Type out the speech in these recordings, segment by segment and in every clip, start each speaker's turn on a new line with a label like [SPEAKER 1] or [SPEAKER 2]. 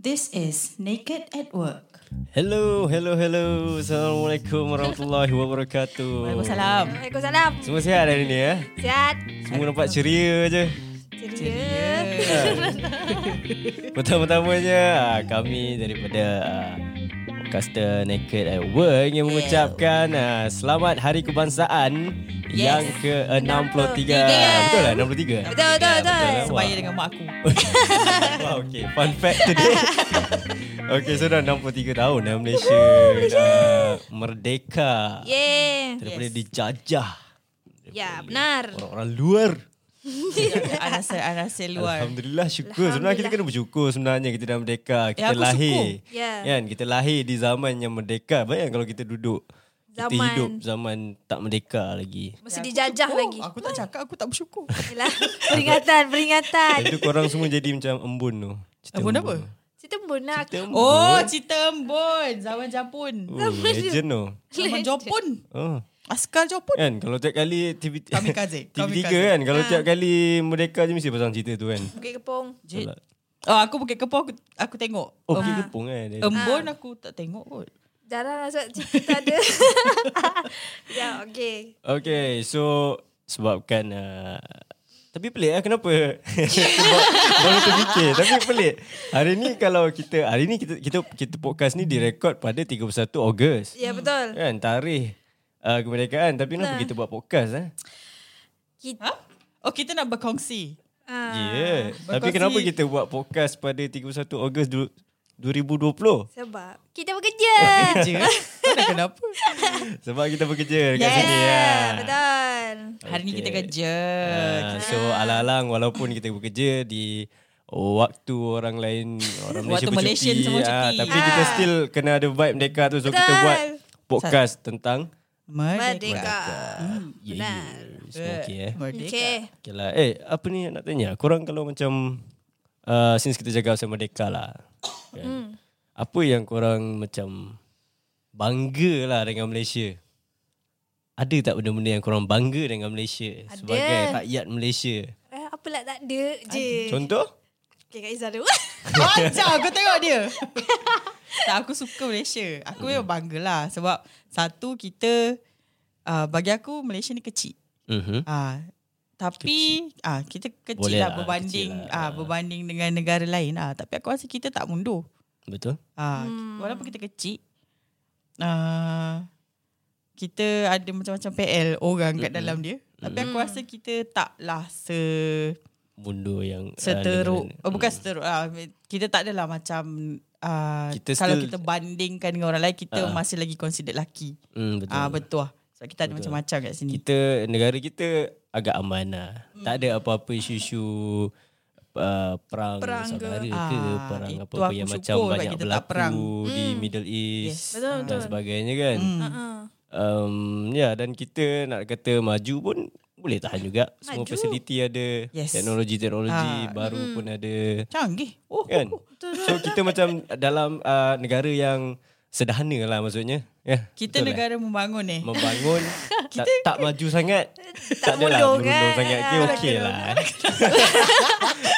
[SPEAKER 1] This is Naked at Work.
[SPEAKER 2] Hello, hello, hello. Assalamualaikum warahmatullahi wabarakatuh.
[SPEAKER 1] Waalaikumsalam.
[SPEAKER 3] Waalaikumsalam.
[SPEAKER 2] Semua sihat hari ni ya?
[SPEAKER 3] Sihat.
[SPEAKER 2] Semua nampak ceria je.
[SPEAKER 3] Ceria.
[SPEAKER 2] Pertama-tamanya ah, kami daripada ah, podcaster Naked at Work ingin mengucapkan ah, selamat Hari Kebangsaan yang ke-63. Betul lah 63.
[SPEAKER 3] Betul, betul, betul.
[SPEAKER 2] Betul.
[SPEAKER 1] Sebaya dengan mak aku.
[SPEAKER 2] Wow, okay. Fun fact today. okay, so dah 63 tahun dah Malaysia dah merdeka
[SPEAKER 3] Yeah.
[SPEAKER 2] daripada dijajah
[SPEAKER 3] Ya, benar.
[SPEAKER 2] orang-orang luar.
[SPEAKER 1] Anasir-anasir luar.
[SPEAKER 2] Alhamdulillah syukur. Sebenarnya kita kena bersyukur sebenarnya kita dah merdeka. Kita
[SPEAKER 1] aku
[SPEAKER 2] lahir.
[SPEAKER 1] syukur.
[SPEAKER 3] Ya.
[SPEAKER 2] Kan kita lahir di zaman yang merdeka. Bayang kalau kita duduk kita
[SPEAKER 3] Zaman-
[SPEAKER 2] hidup zaman tak merdeka lagi.
[SPEAKER 3] Mesti dijajah lagi.
[SPEAKER 1] Oh, Aku tak cakap, aku tak bersyukur.
[SPEAKER 3] Yalah. Peringatan, peringatan.
[SPEAKER 2] Itu korang semua jadi macam embun tu. Cerita
[SPEAKER 1] Embun apa?
[SPEAKER 3] Cerita embun lah.
[SPEAKER 2] Cerita embun.
[SPEAKER 1] Oh, cerita embun. Zaman Japun.
[SPEAKER 2] Oh, legend tu.
[SPEAKER 1] Zaman Jopun.
[SPEAKER 2] Oh.
[SPEAKER 1] Askar Jopun.
[SPEAKER 2] Kan kalau tiap kali TV
[SPEAKER 1] Kamikaze,
[SPEAKER 2] tiga
[SPEAKER 1] kamikaze.
[SPEAKER 2] kan kalau tiap kali merdeka je mesti pasang cerita tu kan.
[SPEAKER 3] Bukit Kepong.
[SPEAKER 1] Je- Oh, aku Bukit Kepoh aku, aku tengok.
[SPEAKER 2] Oh, pergi kepung kan. dia.
[SPEAKER 1] Embun aku tak tengok kot.
[SPEAKER 3] Jarang masuk cerita tak ada. ya, okey.
[SPEAKER 2] Okay, so sebabkan uh, tapi pelik lah kenapa? Sebab Baru terfikir tapi pelik. Hari ni kalau kita hari ni kita kita kita podcast ni direkod pada 31 Ogos.
[SPEAKER 3] Ya, betul.
[SPEAKER 2] Kan tarikh uh, kemerdekaan tapi kenapa kita buat podcast eh?
[SPEAKER 3] Kita,
[SPEAKER 1] Ha? Oh, kita nak berkongsi.
[SPEAKER 2] Ya.
[SPEAKER 3] ah,
[SPEAKER 2] Yeah.
[SPEAKER 1] berkongsi.
[SPEAKER 2] Tapi kenapa kita buat podcast pada 31 Ogos du- 2020?
[SPEAKER 3] sebab kita bekerja.
[SPEAKER 1] Je. Tak ada kenapa.
[SPEAKER 2] Sebab kita bekerja dekat
[SPEAKER 1] Yes.
[SPEAKER 2] sini ya.
[SPEAKER 3] Betul.
[SPEAKER 1] Hari ni kita
[SPEAKER 2] Okay.
[SPEAKER 1] kerja.
[SPEAKER 2] Ah, so alang-alang walaupun kita bekerja di waktu orang lain orang Malaysia
[SPEAKER 1] Waktu
[SPEAKER 2] bercuti,
[SPEAKER 1] Malaysian semua
[SPEAKER 2] ah,
[SPEAKER 1] cuti.
[SPEAKER 2] tapi kita still kena ada vibe merdeka tu so kita
[SPEAKER 3] Betul.
[SPEAKER 2] buat podcast tentang
[SPEAKER 1] Merdeka.
[SPEAKER 3] Merdeka.
[SPEAKER 2] ya yeah, yeah. semua okey eh
[SPEAKER 1] Merdeka.
[SPEAKER 3] Okey.
[SPEAKER 2] okay lah. eh apa ni nak tanya korang kalau macam uh, since kita cakap pasal merdeka lah kan, apa yang korang macam bangga lah dengan Malaysia ada tak benda-benda yang korang bangga dengan Malaysia ada. sebagai rakyat Malaysia
[SPEAKER 3] Eh, apa lah tak ada je.
[SPEAKER 2] contoh
[SPEAKER 3] Okey, Kak Izzah dulu.
[SPEAKER 1] Macam aku tengok dia. tak, aku suka Malaysia. Aku memang bangga lah. Sebab satu, kita... Uh, bagi aku, Malaysia ni kecil.
[SPEAKER 2] Mhm.
[SPEAKER 1] Ah, tapi ah kita kecil
[SPEAKER 2] Boleh
[SPEAKER 1] lah,
[SPEAKER 2] lah,
[SPEAKER 1] berbanding
[SPEAKER 2] kecil lah.
[SPEAKER 1] ah berbanding dengan negara lain ah tapi aku rasa kita tak mundur.
[SPEAKER 2] Betul.
[SPEAKER 1] Ah hmm. walaupun kita kecil ah kita ada macam-macam PL orang kat dalam dia tapi aku rasa kita taklah se
[SPEAKER 2] Mundur yang ah,
[SPEAKER 1] seteruk
[SPEAKER 2] dengan-
[SPEAKER 1] oh, bukan seteruk ah kita tak adalah macam ah
[SPEAKER 2] Kita
[SPEAKER 1] kalau
[SPEAKER 2] still-
[SPEAKER 1] kita bandingkan dengan orang lain kita masih lagi consider laki.
[SPEAKER 2] Hmm, betul.
[SPEAKER 1] Ah betul lah. Sebab kita ada macam-macam kat sini.
[SPEAKER 2] Kita negara kita agak aman lah.
[SPEAKER 1] Hmm.
[SPEAKER 2] Tak ada apa-apa isu-isu uh, perang, perang saudara ke,
[SPEAKER 1] Ah,
[SPEAKER 2] perang
[SPEAKER 1] itu
[SPEAKER 2] apa-apa
[SPEAKER 1] aku
[SPEAKER 2] yang
[SPEAKER 1] syukur
[SPEAKER 2] macam
[SPEAKER 1] sebab
[SPEAKER 2] banyak
[SPEAKER 1] kita tak
[SPEAKER 2] berlaku
[SPEAKER 1] perang. Hmm.
[SPEAKER 2] di Middle East
[SPEAKER 3] Betul,
[SPEAKER 2] dan sebagainya kan.
[SPEAKER 3] Ah.
[SPEAKER 2] Um, ya dan kita nak kata maju pun boleh tahan juga. Semua facility ada,
[SPEAKER 1] Yes. Ah. Hmm.
[SPEAKER 2] teknologi-teknologi baru pun ada.
[SPEAKER 1] Canggih. Oh.
[SPEAKER 2] kan so kita macam dalam uh, negara yang sederhana lah maksudnya ya
[SPEAKER 1] Kita
[SPEAKER 2] betul lah.
[SPEAKER 1] negara membangun eh.
[SPEAKER 2] membangun tak, tak maju sangat tak, adalah
[SPEAKER 3] mundur
[SPEAKER 2] mundur
[SPEAKER 3] kan?
[SPEAKER 2] sangat okay,
[SPEAKER 3] Ah,
[SPEAKER 2] okay lah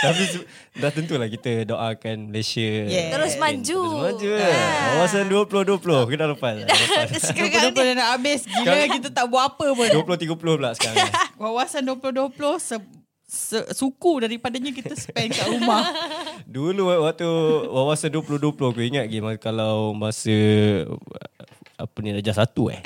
[SPEAKER 2] tapi se- dah tentulah kita doakan Malaysia
[SPEAKER 1] Yeah.
[SPEAKER 3] Terus
[SPEAKER 2] Kan,
[SPEAKER 3] maju. Ah.
[SPEAKER 2] terus maju yeah. wawasan 2020 kita dah lepas dah lepas
[SPEAKER 3] Sekarang
[SPEAKER 1] Kenapa dah Kan, nak habis Gila kita tak buat apa pun Ah,
[SPEAKER 2] 2030 pula sekarang
[SPEAKER 1] Wawasan 2020 se, se, Suku daripadanya kita spend kat rumah
[SPEAKER 2] Dulu waktu wawasan 2020 aku ingat lagi mas- kalau masa apa ni darjah satu eh.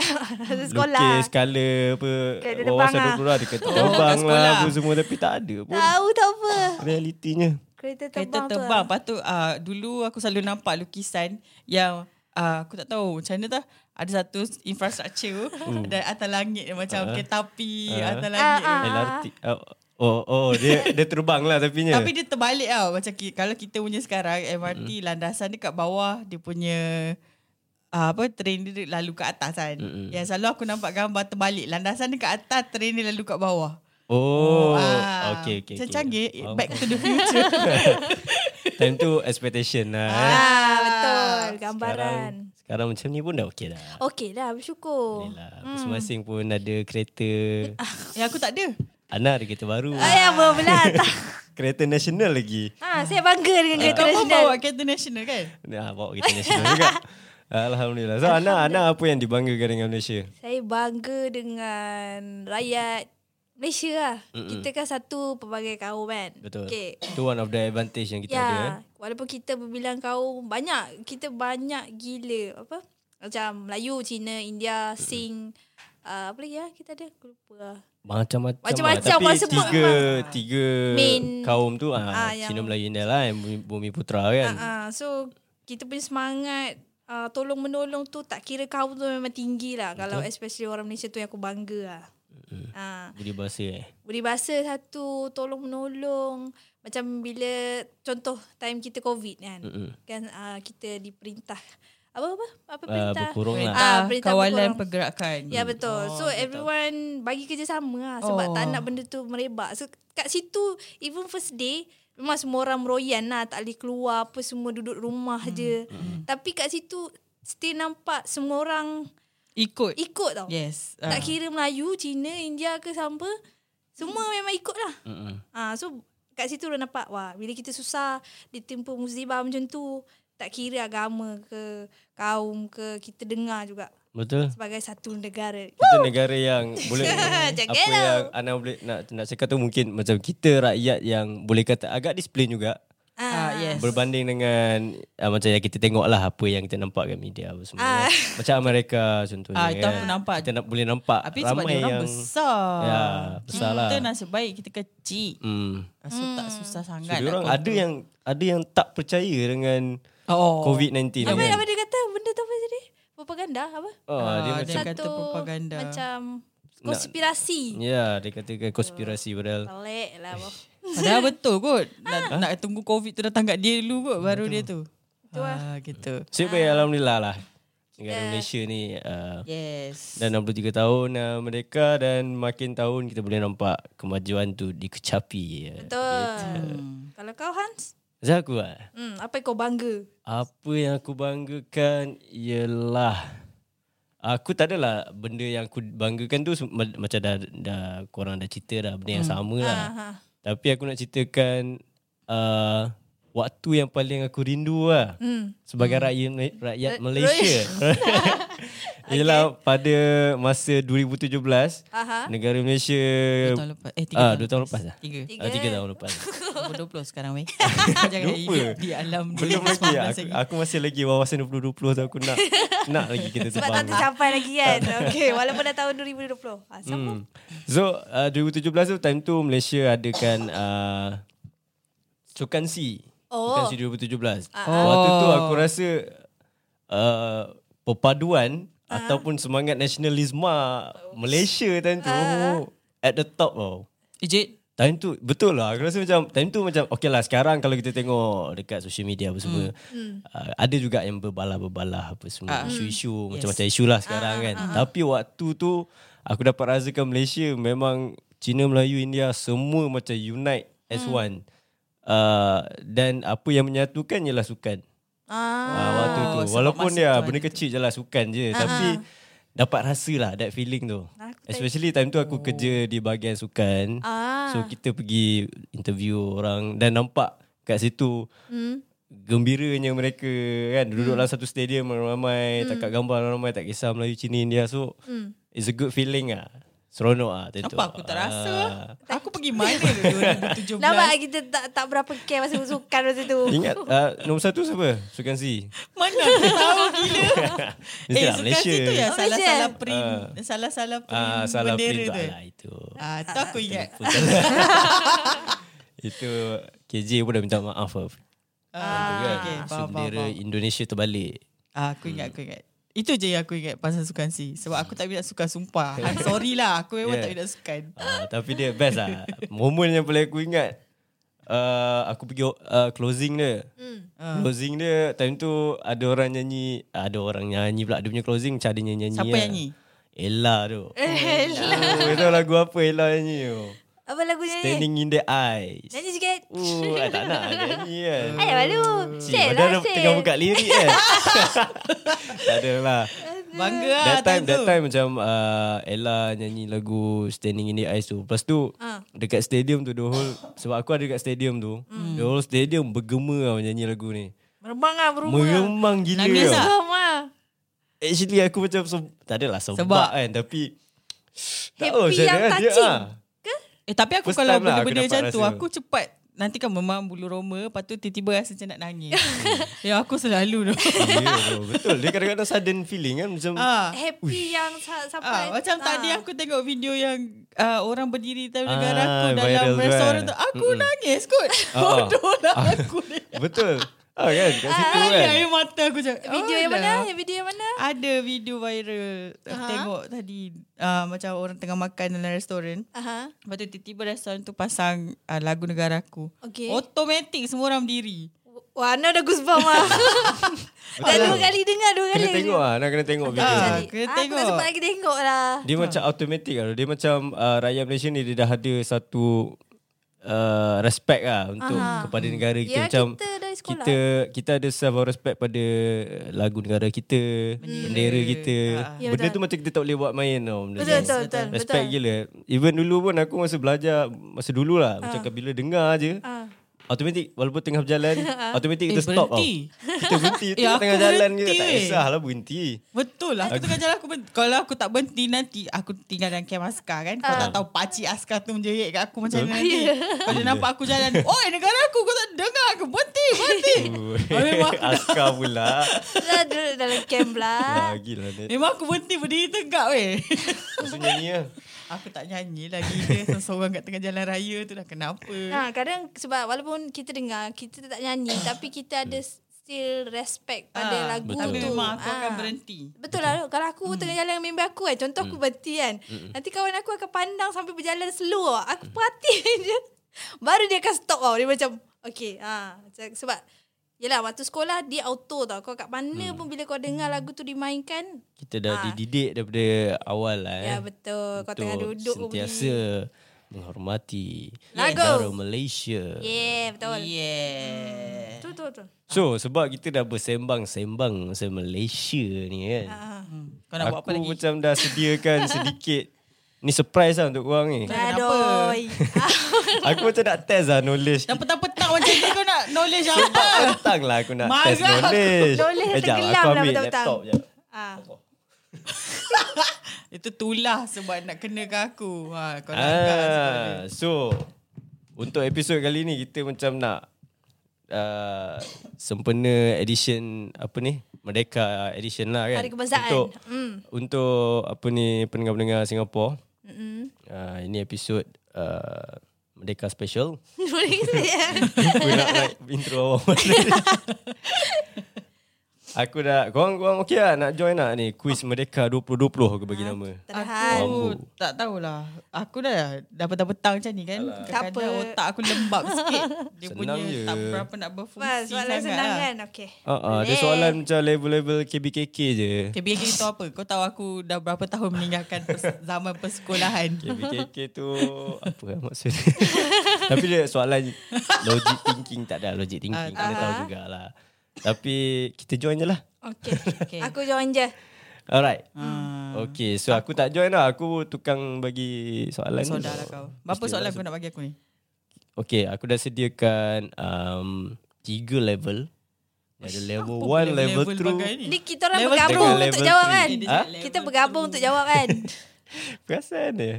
[SPEAKER 3] sekolah.
[SPEAKER 2] Lukis skala apa
[SPEAKER 3] Kereta
[SPEAKER 2] wawasan
[SPEAKER 3] terbang
[SPEAKER 2] 20 lah dekat
[SPEAKER 1] kat
[SPEAKER 2] terbang
[SPEAKER 1] sekolah.
[SPEAKER 2] lah apa semua tapi tak ada pun
[SPEAKER 3] Tahu tak apa.
[SPEAKER 2] realitinya.
[SPEAKER 3] Kereta
[SPEAKER 1] Kereta
[SPEAKER 3] terbang,
[SPEAKER 1] terbang
[SPEAKER 3] tu. lah.
[SPEAKER 1] Lepas tu uh, Dulu aku selalu nampak lukisan Yang uh, Aku tak tahu Macam mana tah Ada satu infrastruktur
[SPEAKER 2] Hmm.
[SPEAKER 1] Dan atas langit
[SPEAKER 2] Ah.
[SPEAKER 1] Macam kereta api Atas langit
[SPEAKER 2] LRT oh, oh, oh dia dia terbang lah tapinya.
[SPEAKER 1] Tapi dia terbalik tau Macam ki, kalau kita punya sekarang MRT
[SPEAKER 2] Hmm.
[SPEAKER 1] landasan dia kat bawah Dia punya uh, Apa Train dia lalu kat atas kan
[SPEAKER 2] Hmm.
[SPEAKER 1] Yang selalu aku nampak gambar terbalik Landasan dia kat atas Train dia lalu kat bawah
[SPEAKER 2] oh,
[SPEAKER 1] Ah,
[SPEAKER 2] okay okay.
[SPEAKER 1] Macam
[SPEAKER 2] okay.
[SPEAKER 1] canggih Back to the future
[SPEAKER 2] Time tu expectation lah. eh.
[SPEAKER 3] Ah, betul. Gambaran.
[SPEAKER 2] Sekarang, sekarang macam ni pun dah okay dah. lah.
[SPEAKER 3] Okey dah, lah, bersyukur.
[SPEAKER 1] Ah.
[SPEAKER 2] Yelah, Masing-masing pun ada kereta.
[SPEAKER 1] Yang aku tak ada
[SPEAKER 2] Anak ada kereta baru.
[SPEAKER 3] Ayah apa pula tak.
[SPEAKER 2] Kereta nasional lagi.
[SPEAKER 3] Ha, saya bangga
[SPEAKER 2] Eh,
[SPEAKER 3] dengan kereta
[SPEAKER 1] Kau pun
[SPEAKER 3] nasional.
[SPEAKER 1] bawa kereta nasional kan?
[SPEAKER 2] Nah, ah, bawa kereta nasional juga. Alhamdulillah. So, anak, anak apa yang dibanggakan dengan Malaysia?
[SPEAKER 3] Saya bangga dengan rakyat Malaysia lah. Mm-mm. Kita kan satu pelbagai kaum kan.
[SPEAKER 2] Betul.
[SPEAKER 3] Okay.
[SPEAKER 2] Itu one of the advantage yang kita
[SPEAKER 3] Ya,
[SPEAKER 2] ada. Eh?
[SPEAKER 3] walaupun kita berbilang kaum banyak, kita banyak gila apa? Macam Melayu, Cina, India, Sing, uh, apa lagi ah kita ada? Aku lupa lah.
[SPEAKER 2] Macam-macam.
[SPEAKER 3] Macam-macam
[SPEAKER 2] lah. Tapi
[SPEAKER 3] orang sebut
[SPEAKER 2] tiga,
[SPEAKER 3] memang.
[SPEAKER 2] tiga
[SPEAKER 3] Main-
[SPEAKER 2] kaum tu,
[SPEAKER 3] Ah,
[SPEAKER 2] ah,
[SPEAKER 3] yang-
[SPEAKER 2] Cina, Melayu, India lah, yang bumi, bumi putra kan.
[SPEAKER 3] Uh-uh. So kita punya semangat uh, tolong menolong tu tak kira kaum tu memang tinggi lah. Betul. Kalau especially orang Malaysia tu yang aku bangga lah. Mm. Uh,
[SPEAKER 2] Budi bahasa eh.
[SPEAKER 3] budi bahasa satu, tolong menolong. Macam bila contoh time kita COVID kan.
[SPEAKER 2] Mm-mm.
[SPEAKER 3] Kan uh, kita diperintah apa apa apa
[SPEAKER 2] Uh,
[SPEAKER 3] perintah? Uh,
[SPEAKER 2] berkurung lah.
[SPEAKER 1] Ah,
[SPEAKER 3] Ah, perintah
[SPEAKER 1] kawalan
[SPEAKER 3] berkurang.
[SPEAKER 1] pergerakan.
[SPEAKER 3] Ya betul. Oh, so everyone bagi kerjasama lah sebab
[SPEAKER 1] Oh.
[SPEAKER 3] oh. tak nak benda tu merebak. So kat situ even first day memang semua orang meroyan lah tak boleh keluar apa semua duduk rumah hmm. je. Hmm. Tapi kat situ still nampak semua orang
[SPEAKER 1] Ikut.
[SPEAKER 3] ikut tau. Yeah.
[SPEAKER 1] Yes.
[SPEAKER 3] Oh.
[SPEAKER 1] ah.
[SPEAKER 3] Tak kira Melayu, Cina, India ke siapa semua memang ikut lah.
[SPEAKER 2] Mm-mm.
[SPEAKER 3] Ah so kat situ dah nampak wah bila kita susah ditimpa musibah macam tu tak kira agama ke kaum ke kita dengar juga
[SPEAKER 2] Betul.
[SPEAKER 3] sebagai satu negara.
[SPEAKER 2] Kita negara yang boleh
[SPEAKER 3] Jangan
[SPEAKER 2] apa
[SPEAKER 3] lah.
[SPEAKER 2] yang Ana boleh nak nak cakap tu mungkin macam kita rakyat yang boleh kata agak disiplin juga
[SPEAKER 1] Ah, yes.
[SPEAKER 2] berbanding dengan ah, macam yang kita tengok lah apa yang kita nampak kat media apa semua. eh.
[SPEAKER 3] Ah.
[SPEAKER 2] Macam Amerika contohnya.
[SPEAKER 1] Ah, itu
[SPEAKER 2] kan.
[SPEAKER 1] aku nampak.
[SPEAKER 2] Kita nak, boleh nampak
[SPEAKER 1] Tapi sebab dia
[SPEAKER 2] ramai
[SPEAKER 1] orang
[SPEAKER 2] yang
[SPEAKER 1] besar.
[SPEAKER 2] Ya, besar
[SPEAKER 1] kita
[SPEAKER 2] lah.
[SPEAKER 1] Kita nasib baik, kita kecil.
[SPEAKER 2] hmm.
[SPEAKER 1] So tak susah
[SPEAKER 2] So,
[SPEAKER 1] sangat.
[SPEAKER 2] dia orang
[SPEAKER 1] nak
[SPEAKER 2] ada yang ada yang tak percaya dengan
[SPEAKER 1] Oh.
[SPEAKER 2] COVID-19 ni
[SPEAKER 3] Apa,
[SPEAKER 2] kan.
[SPEAKER 3] apa dia kata benda tu apa tadi? Propaganda apa?
[SPEAKER 2] Oh, dia
[SPEAKER 1] Ah,
[SPEAKER 2] macam
[SPEAKER 1] dia- kata propaganda.
[SPEAKER 3] macam konspirasi.
[SPEAKER 2] ya, dia katakan konspirasi padahal.
[SPEAKER 3] Pelik lah. bang.
[SPEAKER 1] Padahal betul kot.
[SPEAKER 3] Ah.
[SPEAKER 1] Nak, nak tunggu COVID tu datang kat dia dulu kot. Baru dia tu.
[SPEAKER 3] Betul lah.
[SPEAKER 1] Ah, gitu.
[SPEAKER 2] Saya baik alhamdulillah lah. Negara Malaysia ni ah,
[SPEAKER 1] Yes.
[SPEAKER 2] Dan 63 tahun uh, merdeka dan makin tahun kita boleh nampak kemajuan tu dikecapi. ya.
[SPEAKER 3] Betul.
[SPEAKER 2] Hmm.
[SPEAKER 3] Kalau kau Hans,
[SPEAKER 2] Zah aku lah.
[SPEAKER 3] hmm, apa yang kau bangga?
[SPEAKER 2] Apa yang aku banggakan ialah aku tak adalah benda yang aku banggakan tu sem- ma- macam dah, dah korang dah cerita dah benda yang sama lah.
[SPEAKER 3] ha.
[SPEAKER 2] Tapi aku nak ceritakan uh, waktu yang paling aku rindu lah.
[SPEAKER 3] Hmm.
[SPEAKER 2] sebagai rakyat Ma- rakyat Malaysia. Ialah pada masa 2017
[SPEAKER 3] Aha.
[SPEAKER 2] negara Malaysia
[SPEAKER 1] Dua tahun lepas. Eh, tiga
[SPEAKER 2] ah
[SPEAKER 1] tahun
[SPEAKER 2] dua tahun lepas dah.
[SPEAKER 1] Tiga.
[SPEAKER 2] Ah, tiga
[SPEAKER 3] eh?
[SPEAKER 2] tahun lepas.
[SPEAKER 1] Umur 20 sekarang weh. Jangan
[SPEAKER 2] Lupa.
[SPEAKER 1] hidup di alam 2019
[SPEAKER 2] Belum lagi aku, aku masih lagi wawasan 2020 tu aku nak nak lagi kita
[SPEAKER 3] Sebab tak
[SPEAKER 2] terbang.
[SPEAKER 3] tercapai lagi kan. Okey, walaupun dah tahun 2020. Ha, sama.
[SPEAKER 2] Hmm. So uh, 2017 tu time tu Malaysia adakan uh, Sukan C. Sukan
[SPEAKER 3] Oh.
[SPEAKER 2] C 2017. Waktu tu aku rasa uh, perpaduan ataupun semangat nasionalisme Malaysia time tu at the top tau.
[SPEAKER 1] Ejit.
[SPEAKER 2] Time tu betul lah aku rasa macam time tu macam okay lah sekarang kalau kita tengok dekat social media apa semua Uh, ada juga yang berbalah-berbalah apa semua isu-isu macam-macam isu lah sekarang kan tapi waktu tu aku dapat rasakan Malaysia memang Cina Melayu India semua macam unite as one uh, dan apa yang menyatukan ialah sukan
[SPEAKER 3] Ah,
[SPEAKER 2] ah, waktu tu
[SPEAKER 1] sebab
[SPEAKER 2] walaupun
[SPEAKER 1] masa
[SPEAKER 2] dia
[SPEAKER 1] tu
[SPEAKER 2] benda kecil je lah sukan je tapi dapat rasa lah that feeling tu
[SPEAKER 3] Aku tak-
[SPEAKER 2] especially time tu aku kerja di bahagian sukan
[SPEAKER 3] Ah.
[SPEAKER 2] so kita pergi interview orang dan nampak kat situ
[SPEAKER 3] hmm.
[SPEAKER 2] gembiranya mereka kan duduk dalam satu stadium ramai-ramai mm. tangkap gambar ramai tak kisah Melayu Cina India so mm. it's a good feeling ah seronok ah tentu
[SPEAKER 1] Apa aku tak rasa?
[SPEAKER 2] Ah.
[SPEAKER 1] Aku pergi mana dulu 2017?
[SPEAKER 3] Nampak tak kita tak tak berapa care masa sukan masa tu.
[SPEAKER 2] ingat uh, nombor satu siapa Sukan Si
[SPEAKER 1] Mana aku tahu gila.
[SPEAKER 2] Mesti
[SPEAKER 1] eh,
[SPEAKER 2] lah
[SPEAKER 1] sukan
[SPEAKER 2] Malaysia.
[SPEAKER 1] situ ya
[SPEAKER 3] Oh,
[SPEAKER 1] salah-salah print. Salah-salah print
[SPEAKER 2] ah salah
[SPEAKER 1] bendera
[SPEAKER 2] print tu
[SPEAKER 1] tu.
[SPEAKER 2] alah itu
[SPEAKER 1] Ah, tu aku ingat.
[SPEAKER 2] Itu KJ pun dah minta maaf lah.
[SPEAKER 1] Ah, okay,
[SPEAKER 2] Masa
[SPEAKER 1] faham, faham,
[SPEAKER 2] kan? bendera
[SPEAKER 1] faham.
[SPEAKER 2] Indonesia terbalik.
[SPEAKER 1] Ah, aku ingat, aku ingat. Itu je yang aku ingat pasal sukan si. Sebab aku tak minat sukan sumpah. I'm sorry lah. Aku memang
[SPEAKER 2] Yeah.
[SPEAKER 1] tak minat sukan.
[SPEAKER 2] Ah, tapi dia best lah. Momen yang paling aku ingat. Uh, aku pergi uh, closing dia.
[SPEAKER 1] Ah.
[SPEAKER 2] Closing dia time tu ada orang nyanyi, ada orang nyanyi pula dia punya closing macam ada nyanyi.
[SPEAKER 1] Siapa nyanyi?
[SPEAKER 2] Ella tu.
[SPEAKER 1] Eh,
[SPEAKER 2] Ella. Oh, tahu lagu apa Ella nyanyi tu?
[SPEAKER 3] Apa lagunya ni?
[SPEAKER 2] Standing in the Eyes.
[SPEAKER 3] Nyanyi sikit.
[SPEAKER 2] Oh, I tak nak nyanyi kan.
[SPEAKER 1] Eh,
[SPEAKER 3] Ayah malu.
[SPEAKER 2] Cik,
[SPEAKER 3] Share
[SPEAKER 2] padahal
[SPEAKER 3] lah,
[SPEAKER 2] tengah
[SPEAKER 3] share.
[SPEAKER 2] buka lirik kan. tak ada lah.
[SPEAKER 1] Bangga lah
[SPEAKER 2] That time That time macam uh, Ella nyanyi lagu Standing in the Ice tu Lepas tu
[SPEAKER 3] Ah.
[SPEAKER 2] Dekat stadium tu The whole Sebab aku ada dekat stadium tu The whole stadium Bergema tau Nyanyi lagu ni
[SPEAKER 3] Meremang lah berumah.
[SPEAKER 2] Meremang gila
[SPEAKER 1] Nangis
[SPEAKER 2] tau.
[SPEAKER 1] tak?
[SPEAKER 3] Meremang lah.
[SPEAKER 2] Actually aku macam se- Tak adalah sebab,
[SPEAKER 1] Sebab.
[SPEAKER 2] sebab. kan Tapi tak
[SPEAKER 3] Happy
[SPEAKER 2] tahu macam
[SPEAKER 3] yang
[SPEAKER 2] mana dia,
[SPEAKER 3] touching.
[SPEAKER 2] ah.
[SPEAKER 1] Eh tapi aku
[SPEAKER 2] First
[SPEAKER 1] kalau
[SPEAKER 2] time lah aku
[SPEAKER 1] benda-benda
[SPEAKER 2] dapat
[SPEAKER 1] macam tu
[SPEAKER 2] rasa.
[SPEAKER 1] aku cepat nanti kan memang bulu roma lepas tu tiba-tiba rasa macam nak nangis. ya aku selalu tu.
[SPEAKER 2] Ya, bro, Betul Dia kadang-kadang sudden feeling kan Macam
[SPEAKER 1] ah.
[SPEAKER 3] Happy yang sa-
[SPEAKER 1] Ah,
[SPEAKER 3] sampai.
[SPEAKER 1] macam tadi aku tengok video yang uh, orang berdiri tahu
[SPEAKER 2] Ah,
[SPEAKER 1] negara aku
[SPEAKER 2] viral
[SPEAKER 1] dalam
[SPEAKER 2] tu
[SPEAKER 1] restoran
[SPEAKER 2] kan?
[SPEAKER 1] tu. Aku nangis kot.
[SPEAKER 2] Ah, ah.
[SPEAKER 1] Bodoh lah aku ni.
[SPEAKER 2] Betul Ah kan Kat situ
[SPEAKER 1] Ada
[SPEAKER 2] kan
[SPEAKER 1] air mata aku cakap.
[SPEAKER 3] Video
[SPEAKER 1] "Oh,
[SPEAKER 3] yang mana?
[SPEAKER 1] dah."
[SPEAKER 3] Video yang mana?
[SPEAKER 1] Ada video viral. Aku
[SPEAKER 3] Aha.
[SPEAKER 1] tengok tadi uh, macam orang tengah makan dalam restoran.
[SPEAKER 3] Aha.
[SPEAKER 1] Lepas tu tiba-tiba restoran tu pasang uh, lagu negara aku.
[SPEAKER 3] Okay.
[SPEAKER 1] Automatik semua orang berdiri.
[SPEAKER 3] Wah, Ana dah goosebump lah. dah dua kali dengar, dua kali.
[SPEAKER 2] Kena tengok lah Nak kena tengok video
[SPEAKER 1] Ah,
[SPEAKER 2] tu.
[SPEAKER 1] Kena
[SPEAKER 3] Ah, Aku tak
[SPEAKER 1] tengok.
[SPEAKER 3] sempat lagi tengok lah.
[SPEAKER 2] Dia macam automatic lah Dia macam uh, Rakyat Malaysia ni Dia dah ada satu uh, Respect lah Untuk Aha. kepada negara kita
[SPEAKER 3] Ya,
[SPEAKER 2] Macam
[SPEAKER 3] kita dari sekolah.
[SPEAKER 2] Kita kita ada self respect pada Lagu negara kita Bendera, bendera kita
[SPEAKER 3] Ya,
[SPEAKER 2] Benda
[SPEAKER 3] betul.
[SPEAKER 2] tu macam kita tak boleh buat main tau benda
[SPEAKER 3] Betul,
[SPEAKER 2] tu.
[SPEAKER 3] betul, betul,
[SPEAKER 2] Respect
[SPEAKER 3] betul.
[SPEAKER 2] gila Even dulu pun aku masa belajar Masa dulu lah Macam bila dengar je
[SPEAKER 3] Ah.
[SPEAKER 2] Automatik Walaupun tengah berjalan Automatik
[SPEAKER 1] Eh,
[SPEAKER 2] kita stop tau
[SPEAKER 1] berhenti.
[SPEAKER 2] Kita berhenti
[SPEAKER 1] Eh,
[SPEAKER 2] Tengah
[SPEAKER 1] aku
[SPEAKER 2] jalan je
[SPEAKER 1] berhenti
[SPEAKER 2] Tak
[SPEAKER 1] weh.
[SPEAKER 2] kisah lah berhenti
[SPEAKER 1] Betul lah. Aku tengah jalan aku berhenti. Kalau aku tak berhenti nanti aku tinggal dalam camp askar kan.
[SPEAKER 3] Ah.
[SPEAKER 1] Kau tak tahu pakcik askar tu menjerit kat aku macam mana nanti.
[SPEAKER 3] Ya.
[SPEAKER 1] Kalau dia nampak aku jalan, "Oi, negara aku kau tak dengar aku berhenti, berhenti." memang aku dah,
[SPEAKER 2] Askar pula
[SPEAKER 3] Dah duduk dalam camp lah.
[SPEAKER 2] Lagi lah Nat.
[SPEAKER 1] memang aku berhenti berdiri tegak weh.
[SPEAKER 2] Lepas tu nyanyi lah
[SPEAKER 1] aku tak nyanyi lagi dia seorang kat tengah jalan raya tu dah kenapa.
[SPEAKER 3] Ha, kadang sebab walaupun kita dengar, kita tak nyanyi tapi kita ada still respect
[SPEAKER 1] Ah,
[SPEAKER 3] pada lagu
[SPEAKER 1] Tapi
[SPEAKER 3] tu.
[SPEAKER 1] memang aku
[SPEAKER 3] Ah.
[SPEAKER 1] akan berhenti.
[SPEAKER 3] Betul lah Ruk. Kalau aku tengah jalan dengan member aku kan Contoh aku berhenti kan Nanti kawan aku akan pandang Sampai berjalan slow tau. Aku perhatiin je Baru dia akan stop tau Dia macam Okay ha. Macam- Sebab Yelah waktu sekolah Dia auto tau Kau kat mana pun Bila kau dengar lagu tu dimainkan
[SPEAKER 2] Kita dah
[SPEAKER 3] Ah.
[SPEAKER 2] dididik daripada awal lah eh.
[SPEAKER 3] Ya betul Kau
[SPEAKER 2] Untuk
[SPEAKER 3] tengah duduk pun
[SPEAKER 2] Sentiasa
[SPEAKER 3] boleh.
[SPEAKER 2] menghormati
[SPEAKER 3] Lagu.
[SPEAKER 2] negara Malaysia.
[SPEAKER 3] Yeah betul
[SPEAKER 1] Yeah.
[SPEAKER 3] Betul betul betul
[SPEAKER 2] So sebab kita dah bersembang-sembang pasal Malaysia ni kan.
[SPEAKER 3] ha.
[SPEAKER 1] Hmm. Kau nak buat apa
[SPEAKER 2] aku
[SPEAKER 1] lagi?
[SPEAKER 2] macam dah sediakan sedikit. Ni surprise lah untuk korang ni.
[SPEAKER 3] Adoy
[SPEAKER 2] aku macam nak test lah knowledge.
[SPEAKER 1] Dah petang-petang macam ni kau nak knowledge apa?
[SPEAKER 2] Petang lah aku nak test
[SPEAKER 1] Marah aku.
[SPEAKER 2] knowledge.
[SPEAKER 3] Knowledge
[SPEAKER 2] Eh, jap,
[SPEAKER 3] tenggelam
[SPEAKER 2] aku
[SPEAKER 3] lah
[SPEAKER 2] ambil
[SPEAKER 3] petang-petang.
[SPEAKER 2] laptop je.
[SPEAKER 3] ha.
[SPEAKER 1] Itu tulah sebab nak kena ke aku. Ha, kau nak agak sebenarnya.
[SPEAKER 2] Ah, so untuk episod kali ni kita macam nak uh, sempena edition apa ni Merdeka edition lah kan
[SPEAKER 3] Hari Kebangsaan. Hmm.
[SPEAKER 2] untuk mm. untuk apa ni pendengar-pendengar Singapura uh, ini episod uh, Merdeka special
[SPEAKER 3] Boleh kata ya
[SPEAKER 2] aku nak like intro awal Aku dah Korang, korang okey lah Nak join lah ni Quiz Merdeka 2020 Aku bagi
[SPEAKER 3] Ah.
[SPEAKER 2] nama
[SPEAKER 3] Terhad
[SPEAKER 1] Aku
[SPEAKER 2] Bambu.
[SPEAKER 1] tak tahulah. Aku dah dah petang-petang macam ni kan.
[SPEAKER 3] Tak
[SPEAKER 1] Kadang-kadang
[SPEAKER 3] apa.
[SPEAKER 1] otak aku lembab sikit. Dia
[SPEAKER 2] Senang
[SPEAKER 1] punya
[SPEAKER 2] je.
[SPEAKER 1] tak berapa nak
[SPEAKER 3] Sebab
[SPEAKER 1] berfungsi
[SPEAKER 3] soalan
[SPEAKER 1] sangat
[SPEAKER 3] senang
[SPEAKER 1] lah.
[SPEAKER 3] kan Okay
[SPEAKER 2] Uh, uh, dia soalan macam level-level KBKK je.
[SPEAKER 1] KBK itu apa? Kau tahu aku dah berapa tahun meninggalkan pers- zaman persekolahan.
[SPEAKER 2] KBKK tu apa lah maksud dia? Tapi dia soalan logic thinking tak ada logic thinking.
[SPEAKER 1] Ah,
[SPEAKER 2] Kena tahu jugalah. Tapi kita join je lah.
[SPEAKER 3] Okay.
[SPEAKER 1] Okay.
[SPEAKER 3] okay. Aku join je.
[SPEAKER 2] Alright.
[SPEAKER 1] Hmm.
[SPEAKER 2] Okay, so aku tak join lah. Aku tukang bagi soalan.
[SPEAKER 1] Saudara kau. Berapa
[SPEAKER 2] Mesti
[SPEAKER 1] soalan
[SPEAKER 2] lah.
[SPEAKER 1] kau nak bagi aku ni?
[SPEAKER 2] Okay, aku dah sediakan um, tiga level. Ada
[SPEAKER 1] Apa
[SPEAKER 2] level one,
[SPEAKER 1] boleh
[SPEAKER 2] level,
[SPEAKER 1] level
[SPEAKER 2] two.
[SPEAKER 1] bagai ni?
[SPEAKER 3] Ni kita orang
[SPEAKER 1] Level
[SPEAKER 3] bergabung
[SPEAKER 2] three.
[SPEAKER 3] untuk
[SPEAKER 2] Level
[SPEAKER 3] jawab
[SPEAKER 2] three.
[SPEAKER 3] kan?
[SPEAKER 1] Eh, dia
[SPEAKER 2] Ha?
[SPEAKER 1] cakap level
[SPEAKER 3] Kita bergabung untuk jawab kan?
[SPEAKER 2] Perasan dia?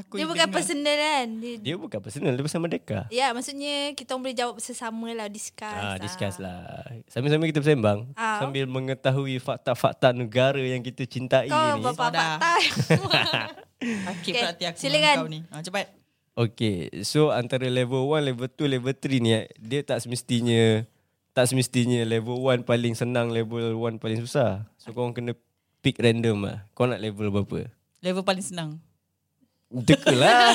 [SPEAKER 1] Aku ingat
[SPEAKER 3] Dia
[SPEAKER 2] lah.
[SPEAKER 3] bukan
[SPEAKER 1] dengar.
[SPEAKER 3] personal kan? Dia,
[SPEAKER 2] Dia bukan personal, dia pasal merdeka.
[SPEAKER 3] ya, maksudnya kita orang boleh jawab sesama lah. Discuss.
[SPEAKER 2] Ah, discuss
[SPEAKER 3] Ah.
[SPEAKER 2] lah. Sambil-sambil kita bersembang
[SPEAKER 3] Ah.
[SPEAKER 2] sambil mengetahui fakta-fakta negara yang kita cintai
[SPEAKER 3] Kau
[SPEAKER 2] ni.
[SPEAKER 3] bapa
[SPEAKER 1] Saudara.
[SPEAKER 3] fakta.
[SPEAKER 1] Sakit
[SPEAKER 3] Okay,
[SPEAKER 1] pula hati aku
[SPEAKER 3] silakan.
[SPEAKER 1] dengan kau ni. Ha, cepat.
[SPEAKER 2] Okey, so antara level 1, level 2, level 3 ni eh, dia tak semestinya tak semestinya level 1 paling senang, level 1 paling susah. So kau kena pick random lah. Kau nak level berapa?
[SPEAKER 1] Level paling senang.
[SPEAKER 2] Teka lah.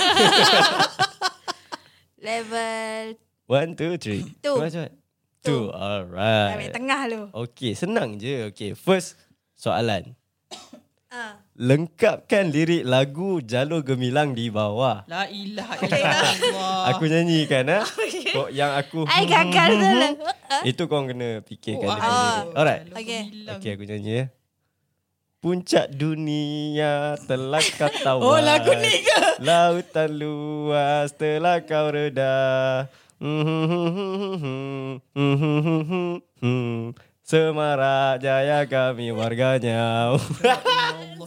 [SPEAKER 3] Level
[SPEAKER 2] 1 2 3.
[SPEAKER 3] Two.
[SPEAKER 2] Cepat. 2.
[SPEAKER 3] level
[SPEAKER 2] Alright.
[SPEAKER 3] tengah lu.
[SPEAKER 2] Okey, senang je. Okey, first soalan.
[SPEAKER 3] Ah.
[SPEAKER 2] Lengkapkan lirik lagu Jalur Gemilang di bawah.
[SPEAKER 1] La ilaha illallah.
[SPEAKER 2] Aku nyanyikan ha? Kau, yang aku
[SPEAKER 3] Ai gagal tu lah.
[SPEAKER 2] Itu kau kena fikirkan
[SPEAKER 1] Oh,
[SPEAKER 2] oh,
[SPEAKER 1] ah.
[SPEAKER 2] Alright
[SPEAKER 1] Lagu
[SPEAKER 3] Okay.
[SPEAKER 1] bilang.
[SPEAKER 2] Okay aku nyanyi ya Puncak dunia telah kau tawar.
[SPEAKER 1] Oh, lagu ni ke?
[SPEAKER 2] Lautan luas telah kau reda. Semarak jaya kami warganya.
[SPEAKER 1] Ya